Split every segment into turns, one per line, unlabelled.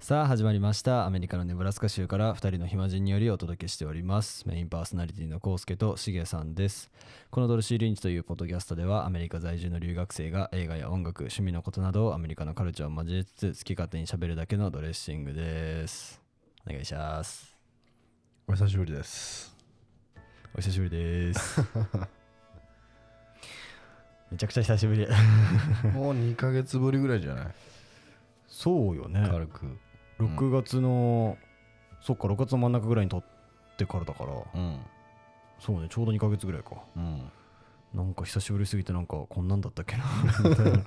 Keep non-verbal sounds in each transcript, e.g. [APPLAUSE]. さあ始まりましたアメリカのネブラスカ州から2人の暇人によりお届けしておりますメインパーソナリティのコウスケとシゲさんですこのドルシー・リンチというポッドキャストではアメリカ在住の留学生が映画や音楽趣味のことなどをアメリカのカルチャーを交えつつ好き勝手に喋るだけのドレッシングですお願いします
お久しぶりです。
お久しぶりです [LAUGHS] めちゃくちゃ久しぶり
もう2ヶ月ぶりぐらいじゃない
そうよね
軽く。うん
6月の、そっか6月の真ん中ぐらいに撮ってからだから
うん。
そうねちょうど2ヶ月ぐらいか
うん。
なんか久しぶりすぎてなんかこんなんだったっ
[LAUGHS]
けなみたいな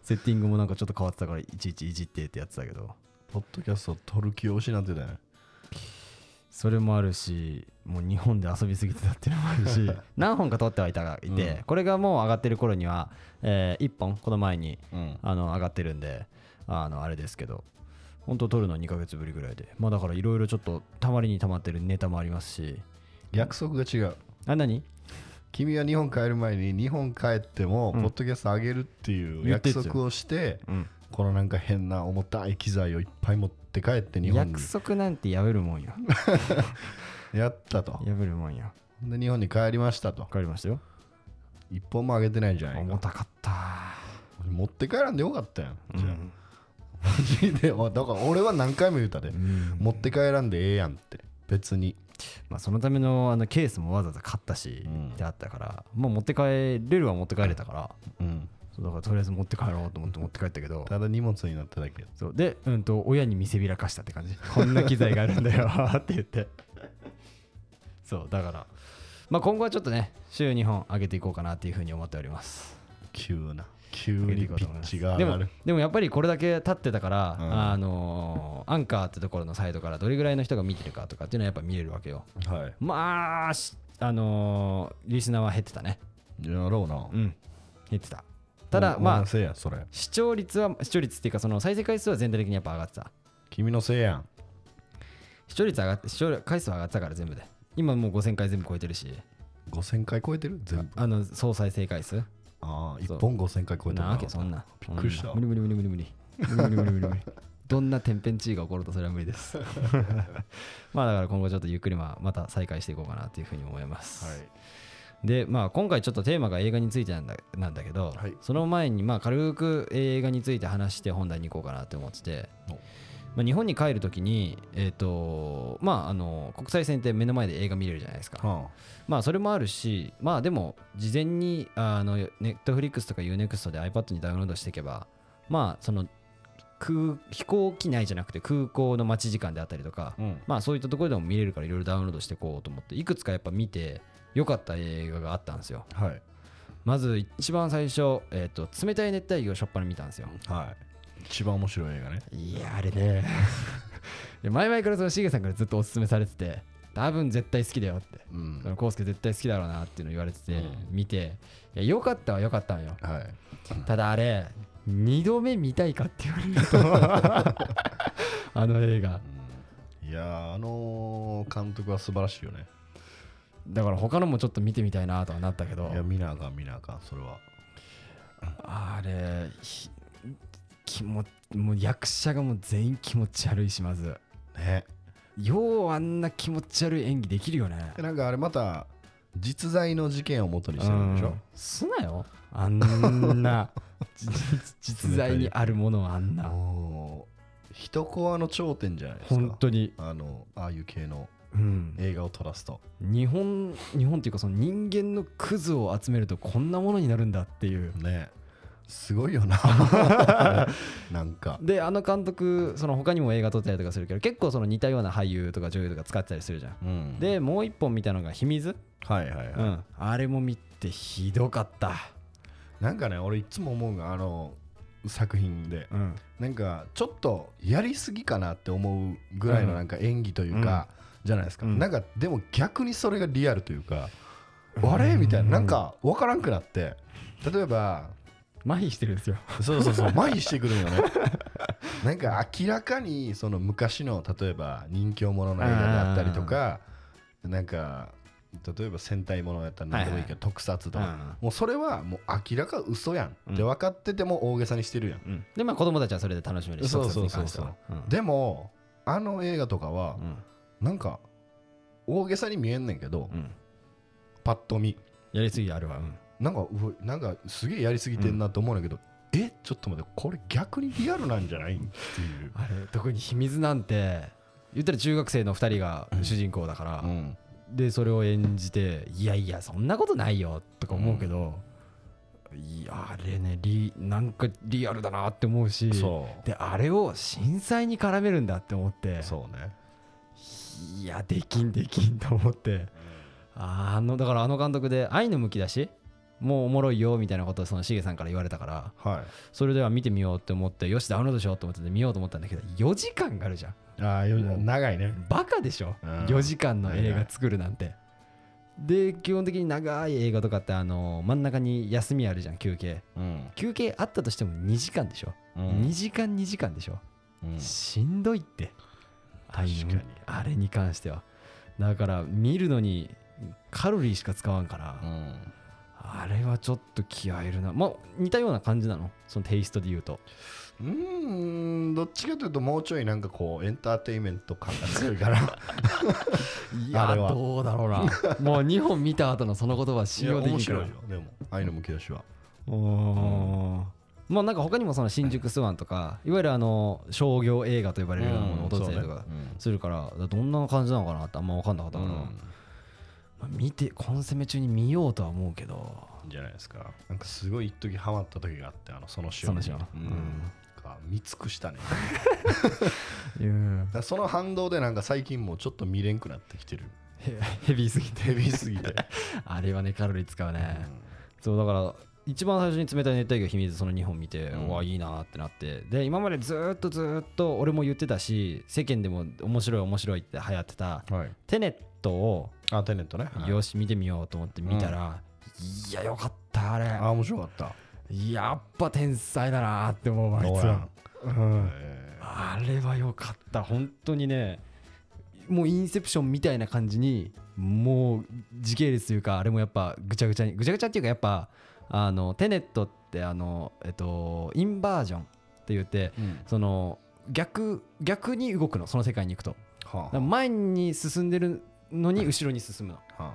セッティングもなんかちょっと変わってたからいちいちいじってってやってたけど
ポッドキャスト撮る気を失ってたよね。
それもあるしもう日本で遊びすぎてたっていうのもある
[LAUGHS]
し何本か撮ってはいたがいて、
うん
これがもう上がってる頃には、え1本この前に
うん。
あの上がってるんであのあれですけど本当撮るの2ヶ月ぶりぐらいでまあだからいろいろちょっとたまりにたまってるネタもありますし
約束が違う。
あ何
君は日本帰る前に日本帰っても、
うん
ポッドキャストあげるっていう
言ってた
約
よ
束をして、
うん
このなんか変な重たい機材をいっぱい持って帰って日本に
約束なんて破るも
[LAUGHS]
んよ
やったと
破。るもんよ
で、日本に帰りましたと
わ。かりましたよ
一本もあげてないんじゃない
重
か。
たかった
持って帰らんでよかったやん。
う
じゃあ
ん
マジで、 [LAUGHS] まあだから俺は何回も言うたで。
うん
持って帰らんでええやんって。別に。
まあ、そのためのあのケースもわざわざ買ったし、
うん
であったから、まあ、持って帰れるは持って帰れたから
うん。
そうだからとりあえず持って帰ろうと思って持って帰ったけど
ただ荷物になっただけ。
そうで、うん、と親に見せびらかしたって感じ [LAUGHS] こんな機材があるんだよって言
[LAUGHS]
ってそうだから、まあ、今後はちょっとね週2本上げていこうかなっていうふうに思っております
急な。急
上げてい
にピ
こうと思い
ッ
ます
チが
で
上が
も
る。
でもやっぱりこれだけ立ってたから、
うん
あのーアンカーってところのサイトからどれぐらいの人が見てるかとかっていうのはやっぱ見れるわけよ
は
まあしあのーリスナーは減ってたね
い。やろうな。
うん減ってたただ
おお
ま
前
あ
のせいや、それ。
視聴率は視聴率っていうかその再生回数は全体的にやっぱ上がってた
君のせいやん。
視聴率上がって視聴回数は上がってたから全部で今もう5000回全部超えてるし
5000回超えてる全部。
あの総再生回数
ああ、
そう
1本5000回超えてる
なわけそんな
びっくりした
そんな無理無理無理無理無理無理無理無理無
[LAUGHS]
理無理どんな天変地異が起こるとそれは無理ですまあだから今後ちょっとゆっくりまあまた再開していこうかなというふうに思います、でまあ今回ちょっとテーマが映画についてなんだなんだけど、
はい
その前にまあ軽く映画について話して本題に行こうかなって思ってて
お、
まあ、日本に帰るときに、えーとまあ、あの国際線って目の前で映画見れるじゃないですか、
は
まあそれもあるしまあでも事前にあのネットフリックスとか UNEXT で iPad にダウンロードしていけばまあその空飛行機内じゃなくて空港の待ち時間であったりとか、
あ。うん。
まあそういったところでも見れるからいろいろダウンロードしていこうと思っていくつかやっぱ見て良かった映画があったんですよ
はい。
まず一番最初、えー、と冷たい熱帯魚をしょっぱな見たんですよ
はい。一番面白い映画ね。
いやあれねい [LAUGHS] や前々からそのシゲさんからずっとおすすめされてて多分絶対好きだよって
うん
そのコウスケ絶対好きだろうなっていうの言われてて、
うん
見ていや良かったは良かったんよ
はい。
ただあれ2度目見たいかって言 [LAUGHS] われるとあの映画
いやー、あのー監督は素晴らしいよね。
だから他のもちょっと見てみたいなとはなったけど
いや、見なあかん、見なあかん、それは。
あれひ気持もう役者がもう全員気持ち悪いしまず
ね。
ようあんな気持ち悪い演技できるよね
でなんかあれまた、実在の事件を元にしてるんでし
う
ょ
んすなよあんなじ実在にあるものはあんな
もう、一コアの頂点じゃないですか。
本当に、
あの、ああいう系の
うん、
映画を撮らすと。
日本日本っていうかその人間のクズを集めるとこんなものになるんだっていう
ねすごい [LAUGHS] よな。なんか。
であの監督その他にも映画撮ったりとかするけど結構その似たような俳優とか女優とか使ってたりするじゃん
うん
で、もう一本見たのが「秘密」
はいはいはい。
うん、あれも見てひどかった、
なんかね、俺いつも思うが、あの、作品で、
うん、
なんかちょっとやりすぎかなって思うぐらいのなんか演技というか、じゃないですか、
うん
なんかでも逆にそれがリアルというか、あれみたいななんか分からんくなって例えば
麻痺してるんですよ、
そうそうそう麻痺してくるんよね [LAUGHS] なんか明らかにその昔の例えば人気者の映画であったりとかなんか例えば戦隊ものやったら何でもいいけど、特撮と
う
か、
ん
もうそれはもう明らか嘘やんって
うん
分かってても大げさにしてるやん、
うんでまあ子供たちはそれで楽しめるし
そう
特撮
そう
に
そう
関して
そう
はうん
でもあの映画とかは
うん
なんか大げさに見えんねんけど、
うん
パッと見
やりすぎあるわうん
なんかうわなんかすげえやりすぎてんなと思うんだけど、えちょっと待ってこれ逆にリアルなんじゃないっていう、
あれ特に秘密なんて言ったら中学生の2人が主人公だから、
うん、
でそれを演じて「いやいやそんなことないよ」とか思うけど、いやあれねリなんかリアルだなって思うし
そう
であれを震災に絡めるんだって思って
そうね
いやできんできんと思ってあーあのだからあの監督で「愛のむき出し」もうおもろいよみたいなことをそのしげさんから言われたから
は
それでは見てみようって思ってよしダウンロードしようと思ってて見ようと思ったんだけど4時間があるじゃん
いああ長いね
バカでしょ、
うん
4時間の映画作るなんて。で基本的に長い映画とかってあの真ん中に休みあるじゃん休憩
うん、
休憩あったとしても2時間でしょ、2時間2時間でしょ、
うん
しんどいってああいう
確かに
あれに関してはだから見るのにカロリーしか使わんから、
うん
あれはちょっと気合いるなまあ似たような感じなのそのテイストで言うと
うーんどっちかというともうちょいなんかこうエンターテインメント感が [LAUGHS] 強いから
い
あ
や
れは
どうだろ
[LAUGHS]
うなもう2本見た後のその言葉信用で
面
きんから
白いよでも愛のむき出しは
おまあなんか他にもその新宿スワンとかいわゆるあの商業映画と呼ばれるようなものを撮ってたりとかするからどんな感じなのかなってあんま分かんなかった
だ
から、まあ見てコンセメ中に見ようとは思うけど
じゃないですかなんかすごい一時ハマった時があってあのその塩
その塩
う
う
ん
ん
なんか見尽くしたねだか
うん
らその反動でなんか最近もうちょっと見れんくなってきて [LAUGHS] る
へヘビーすぎて
ヘビーすぎ [LAUGHS] て、
あれはねカロリー使う
う
ね、
ん
そうだから一番最初に冷たい熱帯魚秘密その2本見て、
う
うんわいいなってなってで今までずーっとずーっと俺も言ってたし世間でも面白い面白いって流行ってた
はい、
テネットを
あテネットね、はい
よし見てみようと思って見たら、いやよかったあれ
あ面白かった
やっぱ天才だなって思うわあいつは、うん
え
あれはよかった本当にねもうインセプションみたいな感じにもう時系列というかあれもやっぱぐちゃぐちゃにぐちゃぐちゃっていうかやっぱあのテネットってあのえっとインバージョンって言って
ーうん
その逆逆に動くのその世界に行くとだ
は
から
あ
前に進んでるのに後ろに進むの
は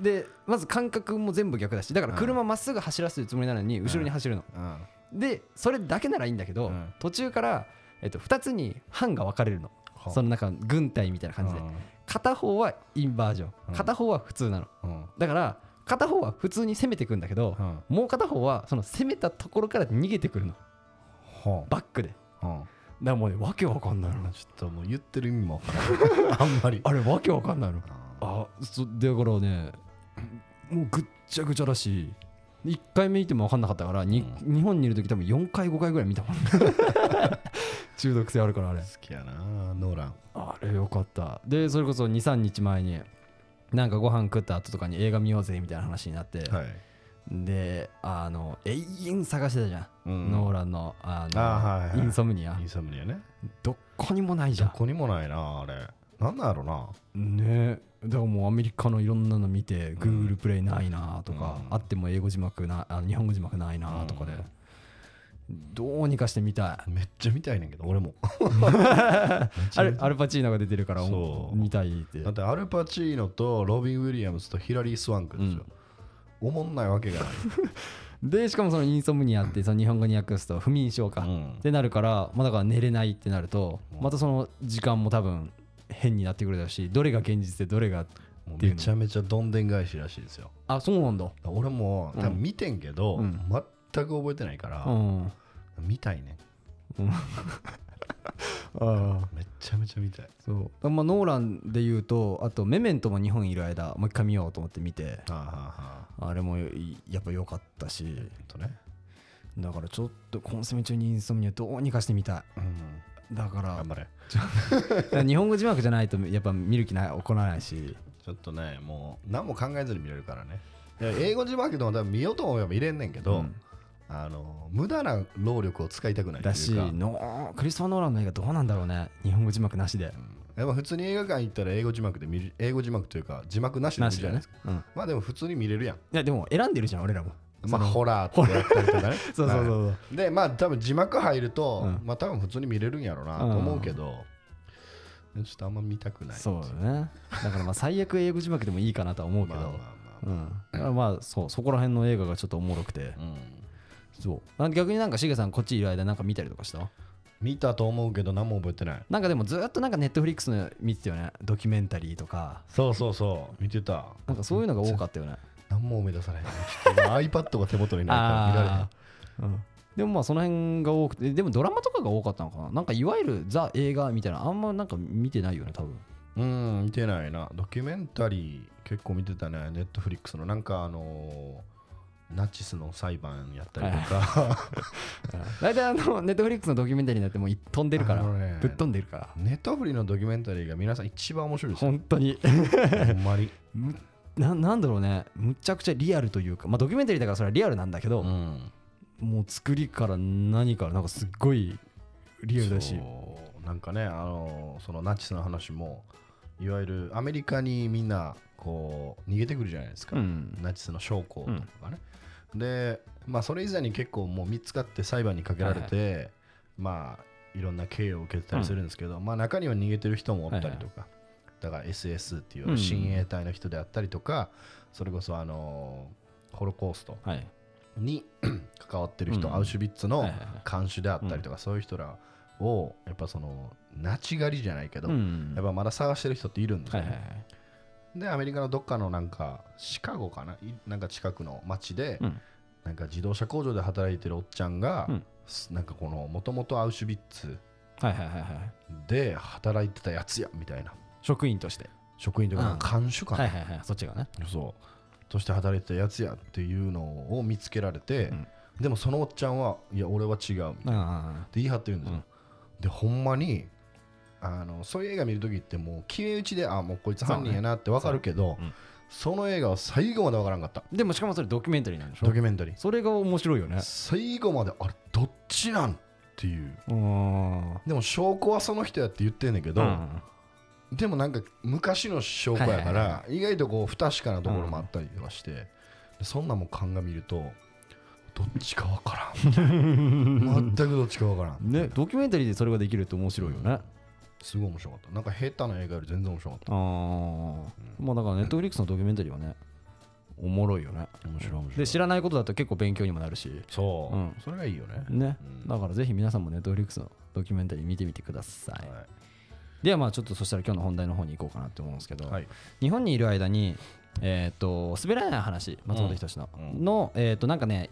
でまず感覚も全部逆だしだから
うん
車まっすぐ走らせるつもりなのに後ろに走るの、
あうん
でそれだけならいいんだけど、
うん
途中から、えっと、2つに班が分かれるの、
はあ
その中軍隊みたいな感じで、
うん
片方はインバージョ
うん
ン片方は普通なの
うん
だから片方は普通に攻めてくんだけど、
は
もう片方はその攻めたところから逃げてくるの
あ
バックでだか
は
らもうねわけわかんないの
あちょっともう言ってる意味も分からない [LAUGHS] あんまり
あれわけわかんないのあそだからねもうぐっちゃぐちゃだし1回目見ても分かんなかったから、に日本にいる時多分4回5回ぐらい見たもん [LAUGHS] 中毒性あるからあれ
好きやなノーラン
あれよかったでそれこそ23日前になんかご飯食った後とかに映画見ようぜみたいな話になって、
い
であの永遠探してたじゃん、
うん
ノーランのあの
あはいはい
インソムニア
インサムニアね
どこにもないじゃ
ど
ん
こにもないなあれなんなんやろな
ねえだからもうアメリカのいろんなの見て、Google プレイないなとか、
うん
あっても英語字幕なあの日本語字幕ないなとかで、どうにかして見たい
めっちゃ見たいねんけど俺 [LAUGHS] も
アルアルパチーノが出てるから
そう
見たいって
だってアルパチーノとロビン・ウィリアムズとヒラリー・スワンクですよ、おもんないわけがない、
でしかもそのインソムニアってその日本語に訳すと不眠症か、
うん
ってなるから、まあ、だから寝れないってなると
うん
またその時間も多分変になってくるだろうしどれが現実でどれが
もう
っていう
め
の
ちゃめちゃどんでん返しらしいですよ
あそうなんだ
だから俺も多分見てんけど、
うん
全く覚えてないから
う、ん
見たいね
あ
めっちゃめちゃ見たい
そう、まあ、ノーランで言うとあと「メメント」も日本いる間もう一回見ようと思って見て
はあはあはあ
あれもいやっぱ良かったし
ほんとね、
だからちょっとコンセメ中にインソムニアどうにかしてみた
うん、
いだか
[LAUGHS] 頑張れ
ら日本語字幕じゃないとやっぱ見る気ない起こらないし
ちょっとねもう何も考えずに見れるからねいや英語字幕でも多分見ようと思えば見れんねんけど、
うん
あの無駄な労力を使いたくないというか
だしのクリストファー・ノーランの映画どうなんだろうね日本語字幕なしで
うんやっぱ普通に映画館行ったら英語字幕で見る英語字幕というか字幕なしで見
な
る
し
じゃ
だ
ない
ね
ですか、
うん、
まあでも普通に見れるやん
いやでも選んでるじゃん俺らも
まあ
その
ホラーとかやったりとか
[LAUGHS] そう
ね
そうそうそう、
はいでまあ多分字幕入ると、
うん
まあ多分普通に見れるんやろうなと思うけど、ちょっとあんま見たくない
そうだねだからまあ最悪英語字幕でもいいかなとは思うけ
ま
ど、
あまあまあ、
うん、だからまあそうそこら辺の映画がちょっとおもろくて
うん
そうなん逆になんかしげさんこっちいる間なんか見たりとかした
見たと思うけど何も覚えてない
なんかでもずっとなんかネットフリックスの見てたよねドキュメンタリーとか
そうそうそう見てた
なんかそういうのが多かったよね
何も思い出さない iPad が手元にないから見られへん
[LAUGHS] ああー、うん、でもまあその辺が多くてでもドラマとかが多かったのかななんかいわゆるザ映画みたいなあんまなんか見てないよね多分
うん、見てないな。ドキュメンタリー結構見てたね、ネットフリックスの。なんかあのーナチスの裁判やったりとか。
大体あのネットフリックスのドキュメンタリーになってもう飛んでるから、
[LAUGHS] あのね
ぶっ飛んでるから
ネットフリのドキュメンタリーが皆さん一番面白いですよ。
本当に [LAUGHS]
ほんまに。
むななんだろうねむちゃくちゃリアルというかまあドキュメンタリーだからそれはリアルなんだけど、
ん。
もう作りから何からなんかすっごいリアルだし
そうなんかね、あのーそのナチスの話も、いわゆるアメリカにみんなこう逃げてくるじゃないですか。
ん
ナチスの将校とかね。で、まあ、それ以前に結構もう見つかって裁判にかけられて、まあ、いろんな刑を受けてたりするんですけど、まあ、中には逃げてる人もおったりとか、だから SS ってい
うん
う親衛隊の人であったりとか、それこそ、あのーホロコースト
はい
に [COUGHS] 関わってる人、
うん
アウシュビッツ
は
の
いはいはい
看守であったりとか、そういう人らを、やっぱその、ナチ狩りじゃないけど、
うん
やっぱまだ探してる人っているんです
はい
よ
は
ね
いはい
でアメリカのどっかのなんかシカゴかないなんか近くの町で、
うん
なんか自動車工場で働いてるおっちゃんが、
うん
すなんかこのもともとアウシュビッツ
はいはいはいはい
で働いてたやつやみたいな
職員として
職員という
うん
か看守かな、
はいはいはいそっちがね
そうとして働いてたやつやっていうのを見つけられて、
うん
でもそのおっちゃんはいや俺は違うみたいなっ
う
て
んうん
言い張ってるんですよ、でほんまにあのそういう映画見る時ってもう決め打ちであもうこいつ犯人やなって分かるけ
そ
ど
うね
その映画は最後まで分からんかった
うんでもしかもそれドキュメンタリーなんでし
ド
ょ
キュメンタリー
それが面白いよね
最後まであれどっちなんっていう
うん
でも証拠はその人やって言ってんねんけど、
うん
でもなんか昔の証拠やか
はいはい
ら意外とこう不確かなところもあったりとかして、でそんなもん鑑みるとどっちか分
[LAUGHS]
からん全くどっちか分からん
ねドキュメンタリーでそれができるって面白いよね
すごい面白かったなんか下手な映画より全然面白かっ
あーまあだからネットフリックスのドキュメンタリーはねおもろいよね
た面白い面白い
で知らないことだと結構勉強にもなるし
そう、
うん
それがいいよね
ね
うん
だからぜひ皆さんもネットフリックスのドキュメンタリー見てみてください
は
ではまあちょっとそしたら今日の本題の方に行こうかなって思うんですけど、
い、はい
日本にいる間にえっ、と滑らない話松本人志の、
うん
のえっ、となんかね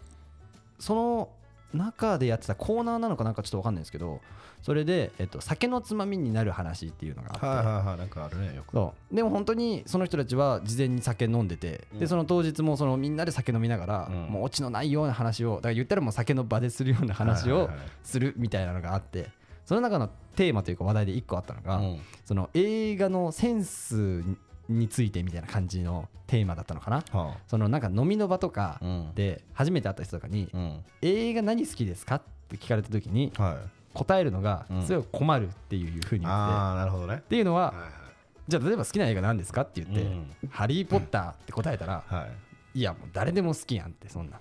その中でやってたコーナーなのかなんかちょっとわかんないんですけどそれで、えっと酒のつまみになる話っていうのがあって、
はいはいはいなんかあるねよく
そうでも本当にその人たちは事前に酒飲んでて、
うん
でその当日もそのみんなで酒飲みながら、
うん
もうオチのないような話をだから言ったらもう酒の場でするような話
はい
を
はいはい
するみたいなのがあってその中のテーマというか話題で1個あったのが、
うん
その映画のセンスについてみたいな感じのテーマだったのかな
は
そのなんか飲みの場とか
あうん
で初めて会った人とかに
うん
「映画何好きですか?」って聞かれた時に
はい
答えるのが
うん
すごい困るっていうふうに言ってて。
ああなるほどね
っていうのは、
はい
じゃあ例えば好きな映画何ですかって言って、
うん
ハリー・ポッターって答えたら、
はい、はい、
いや、もう誰でも好きやんって、そんな。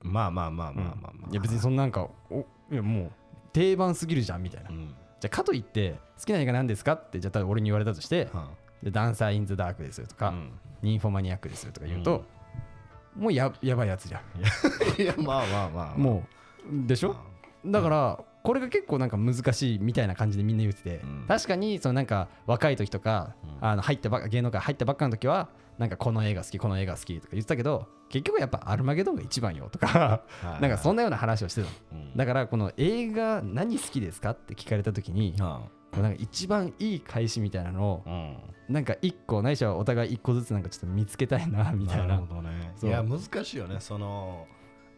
まあまあまあまあまあまあ、
いや、別にそんなんか、おいやもう定番すぎるじゃんみたいな。
う
じ
ん
ゃあ、かといって、好きな映画何ですかって、じゃあ、例えば俺に言われたとして、
は
でダンサー・イン・ザ・ダークですよと
あ
か、ニンフォマニアックですよとか言うと、もうややばいやつじゃん。
[LAUGHS] いやまあまあまあ
もう、でしょだから、これが結構なんか難しいみたいな感じでみんな言ってて、
うん
確かにそのなんか若い時とか、
うん
あの入ったばっか芸能界入ったばっかの時はなんかこの映画好きこの映画好きとか言ってたけど結局やっぱアルマゲドンが一番よと
[LAUGHS]
か
はい
なんかそんなような話をしてたの
うん
だからこの映画何好きですかって聞かれた時に
は
こうなんか一番いい返しみたいなのを
あうん
なんか一個ないしはお互い一個ずつなんかちょっと見つけたいなみたい
なる
な
ほどね
そ
いうや難しいよねその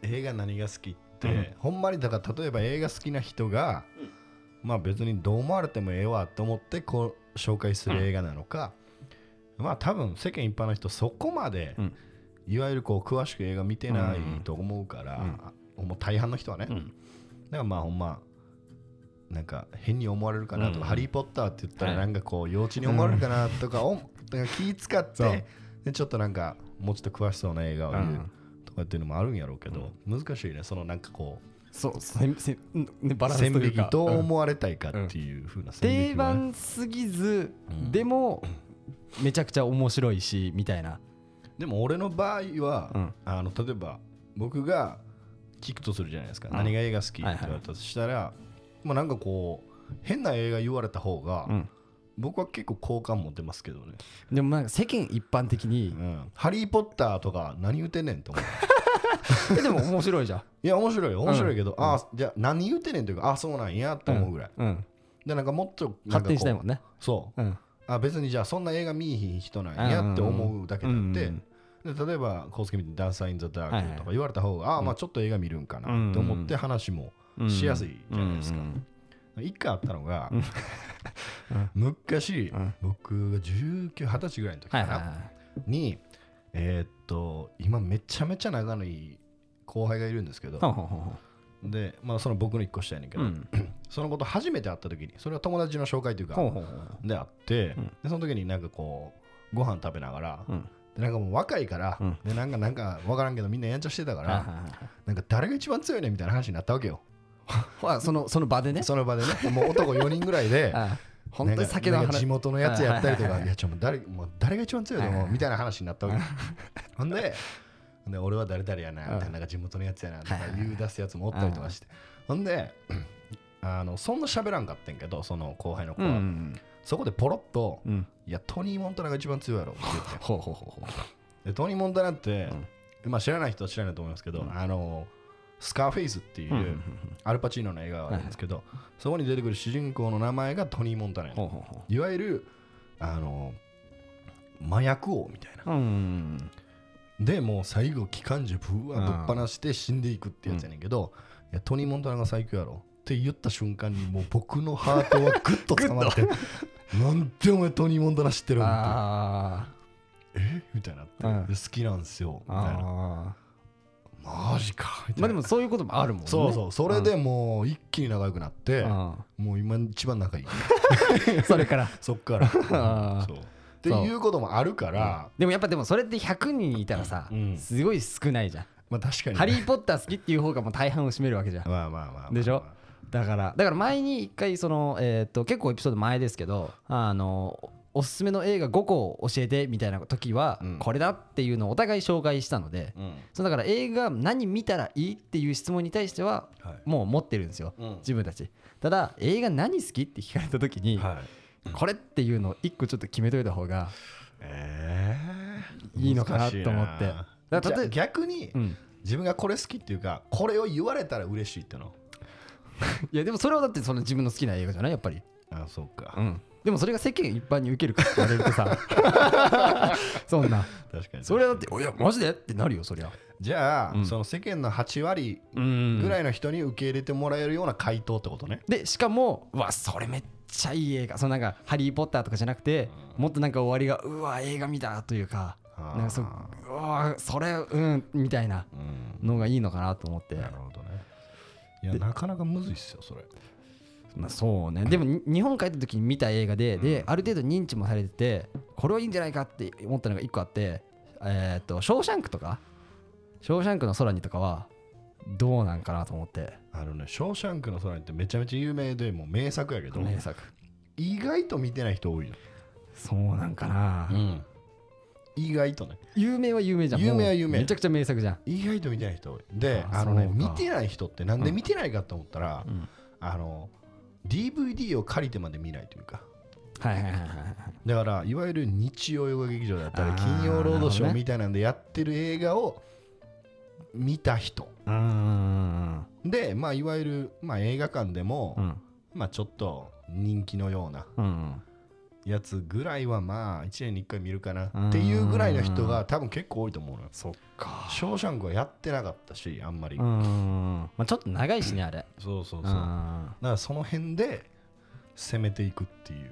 映画何が好きって、
うん
ほんまにだから例えば映画好きな人が、まあ別にどう思われてもええわと思ってこう紹介する映画なのか、まあ多分世間一般の人そこまで、
うん
いわゆるこう詳しく映画見てない
うん
と思うから、
うん
あもう大半の人はね、
うん
だからまあほんまなんか変に思われるかなとか、
うん
ハリー・ポッターって言ったら
はい
なんかこう幼稚に思われるかなとか,、おなんか気使っ
そう
てでちょっとなんかもうちょっと詳しそうな映画を言うとかっていうのもあるんやろうけど、難しいねそのなんかこ
そうせんせんねバ
う
ラン
線
スとい
引
うか
きどう
うん
思われたいかっていう風な線
定
引きはね、
番すぎず、
うん
でもめちゃくちゃ面白いしみたいな、
でも俺の場合は、
うん
あの例えば僕が聞くとするじゃないですか、
うん
何が映画好きって
はい
言
はい
われたとしたら、まあ、なんかこう変な映画言われた方が、僕は結構好感持てますけどね、
でもなんか世間一般的に
うんハリー・ポッターとか何言うてんねんと思う
えでも面白いじゃん
いや面白いよ面白いけど、ああじゃあ何言うてんねんというかああそうなんやと思うぐらい、
うん、
でなんかもっとなん
発
かこう
展したいもんね、
そう
うん、
あ別にじゃあそんな映画見いひん人なんやって思うだけであって、
うん
で例えば康介みたいに「ダンサー・イン・ザ・ダ
はいは
ーク」
い
とか言われた方が、ああまあちょっと映画見るんかなって思って話もしやすいじゃないですか。
うんうん
一回あったのが、 [LAUGHS] 昔、
うん
僕が19、20歳ぐらいの時
は
か
い
な、
はいはい
に、えーっと、今めちゃめちゃ仲のいい後輩がいるんですけど
ほ、んほんほんほん
で、まあその僕の一個下やねんけど、
うん
そのこと初めて会った時に、それは友達の紹介というか、
ほんほんほん
であって、
うん
でその時になんかこう、ご飯食べながら、
うん
でなんかもう若いから、
うん
でなんかなんか分からんけどみんなやんちゃしてたか
はいはい
ら、なんか誰が一番強いねみたいな話になったわけよ。
はいあそのその場でね
その場でね、もう男4人ぐら
[LAUGHS]
いで、
あ本当に酒
な
の
んかなんか
話
地元のやつやったりと
はいはいはいは
か、
い
いや、ちょ、もう誰もう誰が一番強いと
はい
思
は
う
い
みたいな話になったわけ。ほんで、ほんで俺は誰々やな、みたいな、なんか地元のやつやな、とか
はいはいはい
言う出すやつもおったりとかして。ほんで、あのそんな喋らんかってんけど、その後輩の子
うん
は。
うん
そこでポロッと、
うんうん
いや、トニー・モンタナが一番強いやろって言
[LAUGHS]
って。
ほうほうほうほ
でトニー・モンタナって、まあ、知らない人は知らないと思いますけど、
うん
あのスカーフェイスっていう
うんうん
うアルパチーノの映画があるんですけど、そこに出てくる主人公の名前がトニー・モンタナや
ほ
ね
うほうほ
いわゆるあの麻薬王みたいな
ううんうん
でもう最後機関銃ぶわぶっ放して死んでいくってやつやねんけど、いやトニー・モンタナが最強やろって言った瞬間にもう僕のハートはグッと捕まってなんでお前トニー・モンタナ知ってる
うんん
って
あ
えみたいになって、
うん
で好きなんすよ
ー
みたいな
あ
マジかみ
ー
たい
まあ
な
でもそういうこともあるもんね
そうそうそれでもう一気に仲良くなって、
うん [LAUGHS]
もう今一番仲いい
それから
そっから
あー
そうっていうこともあるから、
でもやっぱでもそれって100人いたらさ、
うん
すごい少ないじゃん、
まあ確かにね、
ハリー・ポッター好きっていう方がもう大半を占めるわけじゃん
まあまあまあまあまあ
でしょだからだから前に一回その、えーっと結構エピソード前ですけどあのおすすめの映画5個を教えてみたいな時は、
うん
これだっていうのをお互い紹介したので、
うん
そうだから映画何見たらいいっていう質問に対しては
はい
もう持ってるんですよ、
うん
自分たちただ映画何好きって聞かれた時に、
はい
これっていうのを1個ちょっと決めといた方が
えー
いいのかなと思って
難しいな
だから例え
じゃあ逆に、
うん
自分がこれ好きっていうかこれを言われたら嬉しいっての
いやでもそれはだってその自分の好きな映画じゃないやっぱり、
あそうか、
うん、でもそれが世間一般に受けるかって言われるとさ [LAUGHS] そんな
確かに
それはだって「いやマジで?」ってなるよそりゃ
じゃあ、
うん
その世間の8割
うん
ぐ
ぐら
ら
い
いの人に受け入れてもらえるような回答ってことね、
でしかもうわそれめっちゃいい映画そのなんか「ハリー・ポッター」とかじゃなくてもっとなんか終わりが「うわ映画見た」というか
あー
なんかそううわそれうんみたいな
うん
のがいいのかなと思って、
なるほどね。いや、なかなかむずいっすよ、それ。
まあ、そうねでもに日本帰った時に見た映画でである程度認知もされててこれはいいんじゃないかって思ったのが一個あってえーっと「ショーシャンク」とか「ショーシャンクの空に」とかはどうなんかなと思って
あのね、ショーシャンクの空にってめちゃめちゃ有名で、もう名作やけど、
名作
意外と見てない人多いよ。
そうなんかな、
ん。意外とね、
有名は有名じゃん
有名
も
は
う
有名
めちゃくちゃ名作じゃん
意外と見てない人多い。で、
あ
あのね、
そう
見
か
てない人ってなんで見てないかと思ったら、
うん
あの、DVD を借りてまで見ないというか。
はいはいはいはい
だから、いわゆる日曜洋画劇場だった
あ
り、
ー
金曜ロードショ
なるほどね
ーみたいなんでやってる映画を見た人。
うん
で、まあ、いわゆる、まあ、映画館でも、
うん
まあ、ちょっと人気のような
うん
やつぐらいはまあ1年に1回見るかな
うん
っていうぐらいの人が多分結構多いと思うのよ。
そっか
ショーシャンクはやってなかったしあんまり、
うんまあちょっと長いしねあれ
そうそうそう
う
だか
ん
らその辺で攻めていくっていう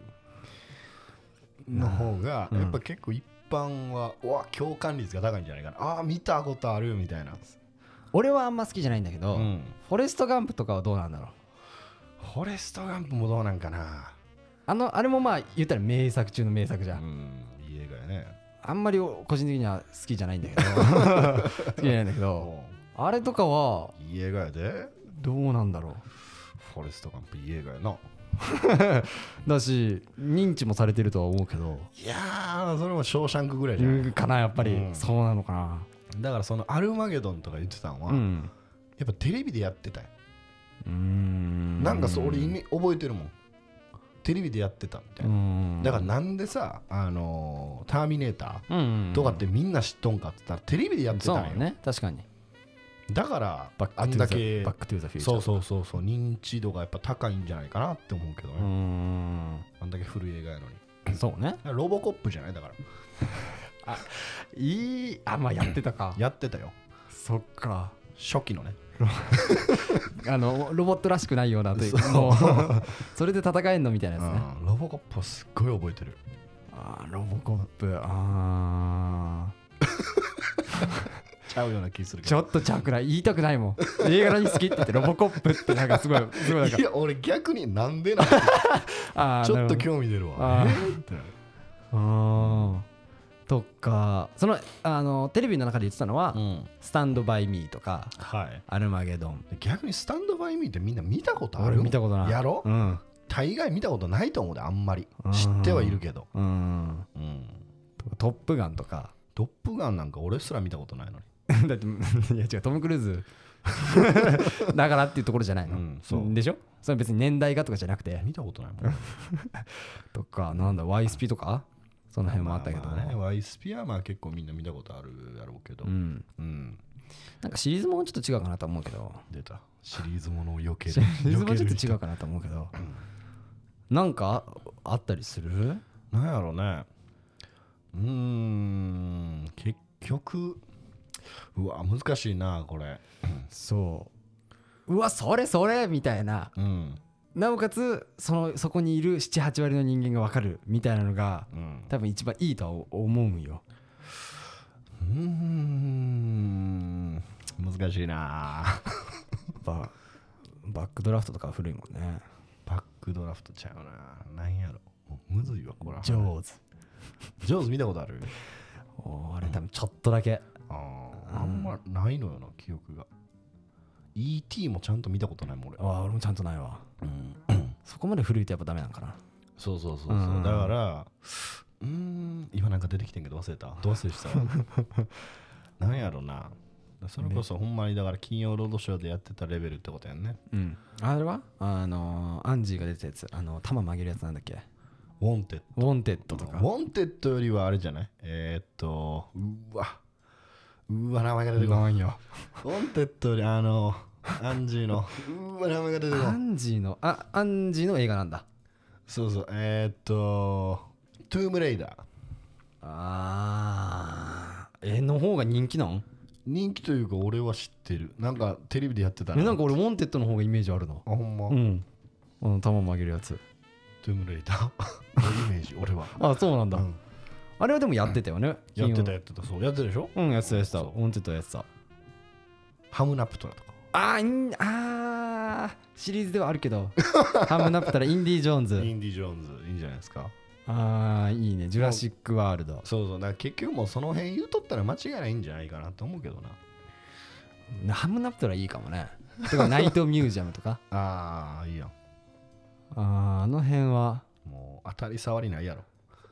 の方が
うん
やっぱ結構一般は、うわ共感率が高いんじゃないかなああー見たことあるみたいな、
俺はあんま好きじゃないんだけど、
うん
フォレスト・ガンプとかはどうなんだろ
フォレスト・ガンプもどうなんかな
あのあれもまあ言ったら名作中の名作じゃん、
うんいい映画やね
あんまり個人的には好きじゃないんだ
[LAUGHS]
けど好きじゃないんだけど
も
あれとかは
ういい映画やで
どうなんだろ
フォレスト・ガンプいい映画やな
うだし認知もされてるとは思うけど
いやーそれも「ショーシャンク」ぐらいじゃない、
かなやっぱり、
うん
そうなのかな
だからその「アルマゲドン」とか言ってたんは、
うん
やっぱテレビでやってたんよ
うーん
なんかそう俺イメ覚えてるもんテレビでやってたみたいな、
うん
だからなんでさ「あのーターミネータ
ら、うんう
ー」
ん
とかってみんな知っとんかって言ったらテレビでやって
そう
たんよ、
ね確かに
だから
バッ
あ
ク
ん
トゥザ
だけ
バックトゥザフューチャ
そ
ー
うそうそうそう認知度がやっぱ高いんじゃないかなって思うけどね、
うーん
あんだけ古い映画やのに
そうね
ロボコップじゃないだから
いいあまあやってたか
やってたよ
そっか
初期のね
あのロボットらしくないようなというかもうそれで戦えんのみたいなやつね
うんロボコップはすっごい覚えてる
あーロボコップあ
ちゃうような気する
ーちょっとちゃうくらい言いたくないもん映画に好きって言ってロボコップってなんかすごいすごいなんか
いや俺逆になんでなん [LAUGHS]
[LAUGHS] あー
ちょっと
なる
興味出る
あ
わ
ー
えーってなる
ほどあーとかそのあのテレビの中で言ってたのは「スタンド・バイ・ミー」とか
は
「
い
アルマゲドン
逆にスタンドバイミーってみんな見たこ」とあ
俺
る
見たことない
やろ
うん
大概見たことないと思うであんまり
うん
知ってはいるけど
うん
うん
とかトップガン」とか [LAUGHS]
トップガンなんか俺すら見たことないのに
だっていや違うトム・クルーズ [LAUGHS] だからっていうところじゃないの、
うんそう
でしょそれは別に年代がとかじゃなくて
見たことない
[LAUGHS]
もん
とかなんだ Y スピとかその辺もあったけど
まあまあねワイスピアまあ結構みんな見たことあるやろうけど
うん、
うん
なんかシリーズもちょっと違うかなと思うけど
出たシリーズものを避け
[LAUGHS]
る
シリーズもちょっ
避
と
け
違
る
うかなと思うけどなんかあったりする
なんやろうねうーん結局うわ難しいなこれ
そううわそれそれみたいな
うん
なおかつそのそこにいる78割の人間が分かるみたいなのが
うん
多分一番いいとは思うんよ
うーん難しいな
ババックドラフトとかは古いもんね
バックドラフトちゃうななんやろむずいわこれ
ジョーズ
ジョーズ見たことある
あれ多分ちょっとだけ
あーあんまないのよな記憶が ET もちゃんと見たことないもん俺
ああ俺もちゃんとないわ
うん
そこまで古いとやっぱダメなんかな
そうそうそうそう、
うん
だからうーん今なんか出てきてんけど忘れたどう忘れした [LAUGHS] わなんやろなそれこそほんまにだから金曜ロードショーでやってたレベルってことやんね
うんあれはあのーアンジーが出てたやつあの玉曲げるやつなんだっけ
ウォンテッ
ウォンテッド
ド
と
ウ
か
ォンテッドよりはあれじゃないえー、っとうわうわ名前が出てこない
ん
[LAUGHS]
よ
ウォンテッドよりあのアンジーのうわ名前が出てこ
ア
ない
ンジーのあアンジーの映画なんだ
そうそうえー、っとトゥームレイダー
あーえの方が人気なん
人気というか俺は知ってるなんかテレビでやってた
えなんか俺ウォンテッドの方がイメージあるな
あほんま、
うんあの玉曲げるやつ
トゥームレイダ [LAUGHS] ーのイメージ俺は、
あそうなんだ、
うん
あれはでもやってたよね
やって
よ
たやってたそうやってたでしょ
うんやってたやってたウ
そう
ォンテッドやってた
ハムナプトラとか
あーんあーシリーズではあるけ [LAUGHS] どハムナプたらインディ・ージョーンズ
インディ・ジョーンズいいんじゃないですか
あーいいねジュラシック・ワールド
そうそうだから結局もうその辺言うとったら間違いないんじゃないかなと思うけどな
ハムナプたらいいかも [LAUGHS] ねとかナイト・ミュージアムとか
ああいいやん
あーあの辺は
もう当たり障りないやろ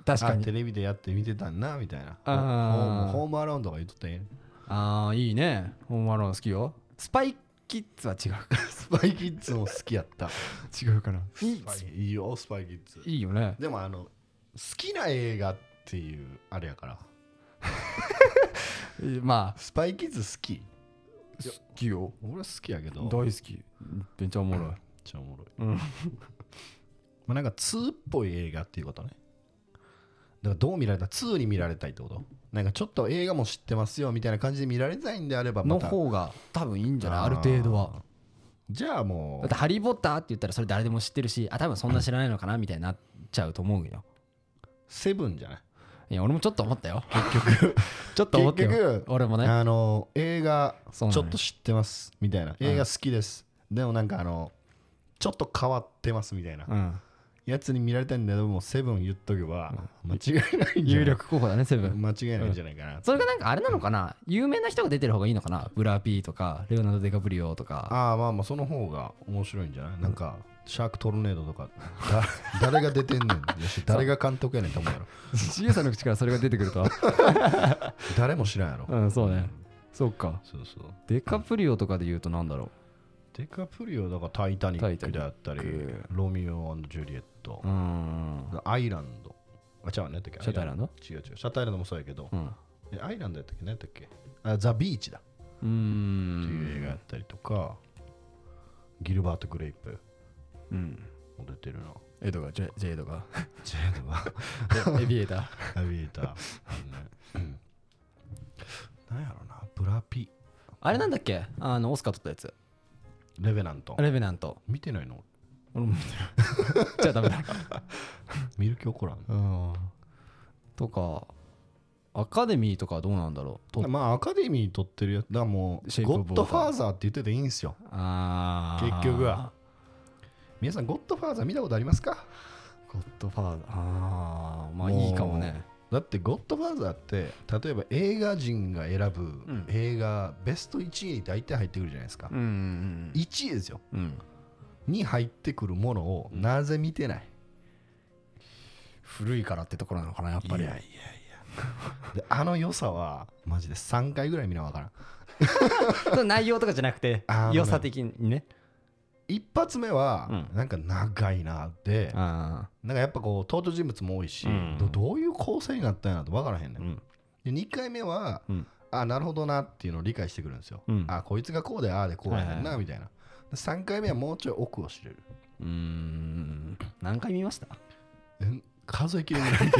確か
あテ
に
レビでやって見てたんなみたいな
あー
ホームホームアラウンドが言っとったらええね
ああいいねホームアローン好きよスパイキッズは違うか
スパイキッズも好きやった
[LAUGHS] 違うか [LAUGHS] ないい
いいいよスパイキッズ
いいよね
でもあの好きな映画っていうあれやから
まあ
スパイキッズ好き
好きよ
俺は好きやけど
大好きめっちゃおもろい
めっちゃおもろい。
うん
[LAUGHS] まあなんか2っぽい映画っていうことね。だからどう見られた ?2 に見られたいってことなんかちょっと映画も知ってますよみたいな感じで見られたいんであればま
の
た
方が多分いいんじゃないある程度は。
じゃあも
だって「ハリー・ポッター」って言ったらそれ誰でも知ってるしあ多分そんな知らないのかなみたいになっちゃうと思うよ
う、セブンじゃない
いや俺もちょっと思ったよ [LAUGHS] 結局ちょっと思った
結
よ
局
俺もね
あの、映画
そうな
ち
の
ょ
よ
っと知ってますみたいな。映画好きです。でもなんかあの、ちょっと変わってますみたいな
うん、
やつに見られたいんだけどもセブン言っとけば間違いないんじ
有
ゃない
力候補だねセブン
間違いないんじゃないかな
それがなんかあれなのかな有名な人が出てる方がいいのかなブラピーとかレオナルド・デカプリオとか
ああまあまあその方が面白いんじゃないなんかシャークトルネードとかだ [LAUGHS] 誰が出てんねんよし誰が監督やねんと思うやろ
CA さんの口からそれが出てくるとは
誰も知らんやろ
[LAUGHS] うんそうねそうか
そうそう
デカプリオとかで言うとなんだろ
デカプリオだからタイタニックであったり
タイタニック
ロミオジュリエット
ううーん
アイランドあ違うねだっけ
シャッターアイランド
違う違うシャッターアイランドもそうやけど
うんう
えアイランドやったっけ何やったっけあザ・ビーチだ
ー
って
ん
いう映画やったりとかギルバート・グレイプ
うん
も出てるな
エドガージェジェイドガ
ジェードは
ーエビエー [LAUGHS] ター
アビエーターあのねうん何やろなブラピ
あれなんだっけあのオスカー取ったやつ
レベナント
レベナント
見てないの
俺も見てない [LAUGHS] じゃあダメだ
見る気起こらん
うんとかアカデミーとかはどうなんだろうと
まあアカデミー撮ってるやつだからも
シェ
う
イプ
ゴ
オブウォー
ッ
タ
ド
ー
ファーザーって言ってていいんすよ
あー
結局は皆さんゴッドファーザー見たことありますか
ゴッドファーザーあーまあ
もう
いいかもね
だってゴッドファーザーって例えば映画人が選ぶ
うん
映画、ベスト1位に大体入ってくるじゃないですか、
ん
1位ですよ
うん
に入ってくるものをなぜ見てない、
古いからってところなのかなやっぱ
い
り
やいやいやであの良さはマジで3回ぐらい見なわからん
その内容とかじゃなくて
あー
良さ的にね
一発目は
う
なんか長いなって、
あ
なんかやっぱこう登場人物も多いし、
うん
どどういう構成になったんやなと分からへんね
あ
ん、で2回目は、
うん
あなるほどなっていうのを理解してくるんですよ、
うん
あこいつがこうでああでこうやねん
はい
なみたいな、で3回目はもうちょい奥を知れる
うーん何回見ました
え数えきれないぐらい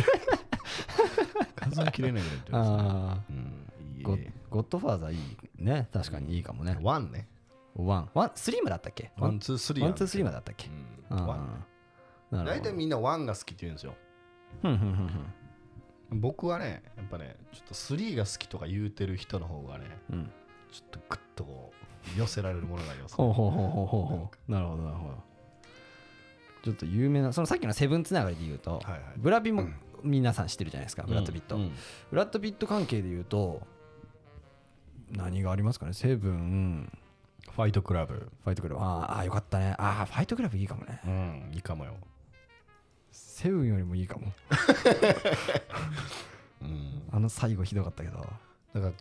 数えきれないぐらいってますね
あ
うんいい
ゴッゴッドファーザーいいね確かにいいかもね
ワンね
ワンワンスリームだったっけ
ワンツースリー
ワ
な
ン
ん
ツー
です
スリ
よ
ーまでだったっけ
うん
あ
ワン
ーなる
大
ほど
体みんなワンが好きって言うんですよ
ふんふんふんふん
僕はねやっぱねちょっとスリーが好きとか言うてる人の方がね
うん
ちょっとグッとこう寄せられるものがあります、
ほうほうほうほうほうほうなるほどなるほどちょっと有名なそのさっきのセブンつながりで言うと、
はいはい
ブラピも皆さん知ってるじゃないですか、ブラッド・ピット、
うん
ブラッド・ピット関係で言うと何がありますかねセブン
ファイトクラブ
ファイトクラブあーあーよかったねああファイトクラブいいかもね
うんいいかもよ、
セブンよりもいいかも
うん、
あの最後ひどかったけど
だから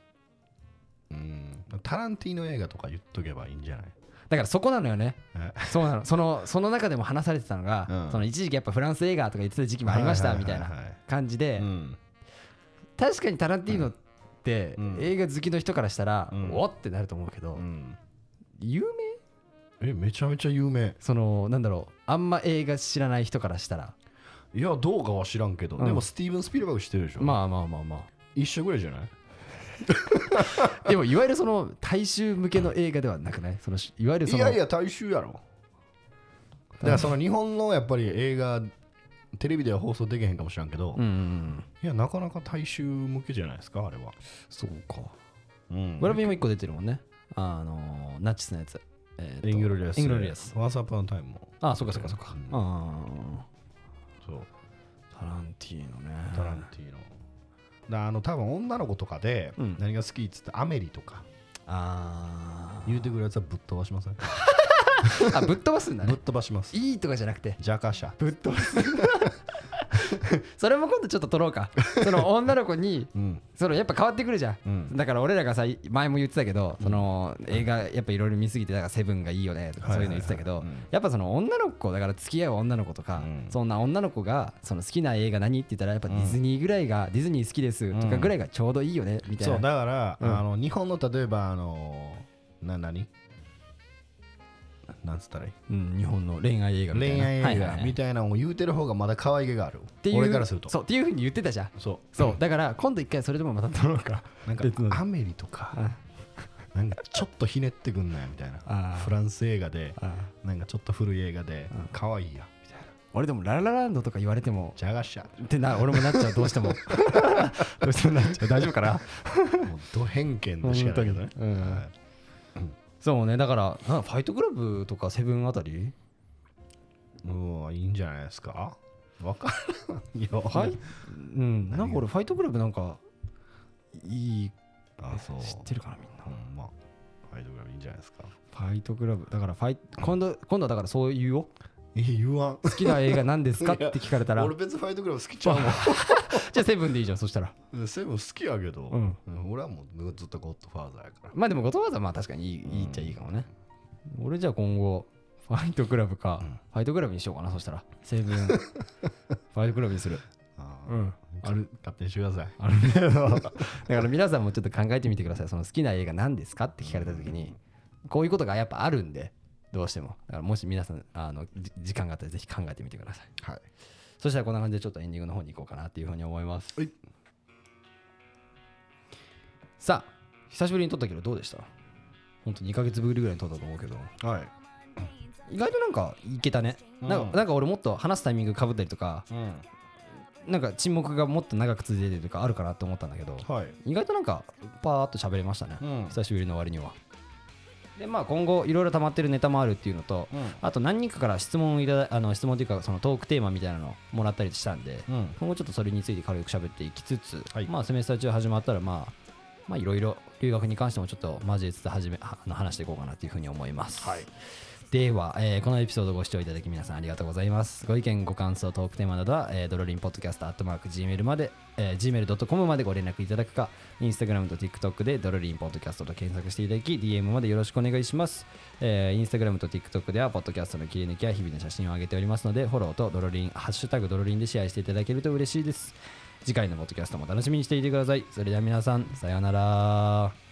うんタランティーノ映画とか言っとけばいいんじゃない
だからそこなのよね
え
そうなのそのその中でも話されてたのが、
うん
その一時期やっぱフランス映画とか言ってた時期もありましたみたい
は
な
はは
感じで、
いうん
確かにタランティーノって、
うん
映画好きの人からしたら、
うん
おっってなると思うけど、
うん
有名
えめちゃめちゃ有名
そのなんだろうあんま映画知らない人からしたら
いやどうかは知らんけど、
うん
でもスティーブン・スピルバーグ知ってるでしょ
まあまあまあま
一緒ぐらいじゃない
あでもいわゆるその大衆向けの映画ではなくないそのいわゆるそ
い
の
やいや大衆やろだからその日本のやっぱり映画テレビでは放送できへんかもしらんけど、
うんうんうん
いやなかなか大衆向けじゃないですかあれは
そうか
うん
ブラビーも一個出てるもんねあのナチスのやつ、えーと
イングロリアス
イングロリアス
ワンサプアンタイムも
ああそっかそっかそっか、
うん
ああ
そう
タランティーノね
タランティーノだあの多分女の子とかで
うん
何が好きっつってアメリとか
あ
言うてくるやつはぶっ飛ばしません
ーあぶっ飛ばすんだ
ぶっ
ね
飛ばします
いいとかじゃなくて
ジャカシャ
ぶっ飛ばすそれも今度ちょっと撮ろうかその女の子に
うん
そのやっぱ変わってくるじゃん、
うん
だから俺らがさ前も言ってたけどその映画やっぱいろいろ見すぎてだからセブンがいいよねとかそういうの言ってたけど
はいはいはいうん
やっぱその女の子だから付き合う女の子とか、
うん
そんな女の子がその好きな映画何って言ったらやっぱディズニーぐらいが、ディズニー好きですとかぐらいがちょうどいいよねみたい
そ
な、
うだから、
うん
あの日本の例えばあのな何なんつったらいい
うん日本の恋愛映画みたい
恋
なは
愛映
いはい
画
はい
みたいなのを言うてる方がまだ可愛げがある
っていう
俺からすると
そうっていうふうに言ってたじゃん
そ
そうだから今度一回それでもまた撮ろうか
う [LAUGHS] なんか
別の
アメリとかなんかちょっとひねってくんなよみたい
あ
な
ー
フランス映画で
あ
なんかちょっと古い映画で可愛いやみたいな
俺でもラララランドとか言われても
ジャガシャ
ってな俺もなっちゃうどうして
[LAUGHS]
もどうしてもなっちゃう大丈夫かな
もうド偏見でしかないけ
[LAUGHS]
どね
本当にうん
はい
そうねだからなファイトクラブとかセブンあたり
うわいいんじゃないですかわかんないよ。
ファイうん、なんか俺、ファイトクラブなんか、いい、
あ、そう。
知ってるかな、みん
ほ
な。
んま。ファイトクラブいいんじゃないですか。
ファイトクラブ、だからファイ、今度、今度はだからそう言おう。
え、言わん。
好きな映画何ですかって聞かれた [LAUGHS] ら、
俺別にファイトクラブ好きちゃう
じゃあセブンでいいじゃん、そしたら。
もん。セブン好きやけど、
うん
うん俺はもうずっとゴッドファーザーやから。
まあでも、言葉はまあ確かにいい,、いいっちゃいいかもね。俺じゃあ今後、ファイトクラブか、ファイトクラブにしようかな、そしたら。セブン、 [LAUGHS] ファイトクラブにする。
あー
うん。ある
勝手にしてください。
あるねだから皆さんもちょっと考えてみてください。その好きな映画何ですかって聞かれた時に、こういうことがやっぱあるんで、どうしても。だからもし皆さん、あのじ時間があったらぜひ考えてみてください。
はい。
そしたらこんな感じでちょっとエンディングの方に行こうかなっていうふうに思います。
はい
さあ、久しぶりに撮ったけどどうでした本当2ヶ月ぶりぐらいに撮ったと思うけど、
はい。
意外となんかいけたね。なん
うん
かなんか俺もっと話すタイミングかぶったりとか、
うん。
なんか沈黙がもっと長く続いてるとかあるかなと思ったんだけど、
はい。
意外となんかパーッと喋れましたね、
うん
久しぶりの割にはでまあ今後いろいろ溜まってるネタもあるっていうのと、
うん
あと何人かから質問をいただあの質問というかそのトークテーマみたいなのをもらったりしたんで、
うん。
今後ちょっとそれについて軽く喋っていきつつ、
はい
まあセメスター中始まったらまあまあいろいろ留学に関してもちょっと交えつつ始めあの話していこうかなというふうに思います、
はい
では、えーこのエピソードをご視聴いただき皆さんありがとうございますご意見ご感想トークテーマなどは、えードロリンポッドキャストアットマーク Gmail まで、えー Gmail.com までご連絡いただくかインスタグラムと TikTok でドロリンポッドキャストと検索していただき DM までよろしくお願いします、えーインスタグラムと TikTok ではポッドキャストの切り抜きや日々の写真を上げておりますのでフォローとドロリンハッシュタグドロリンでシェアしていただけると嬉しいです次回のポッドキャストも楽しみにしていてくださいそれでは皆さんさようなら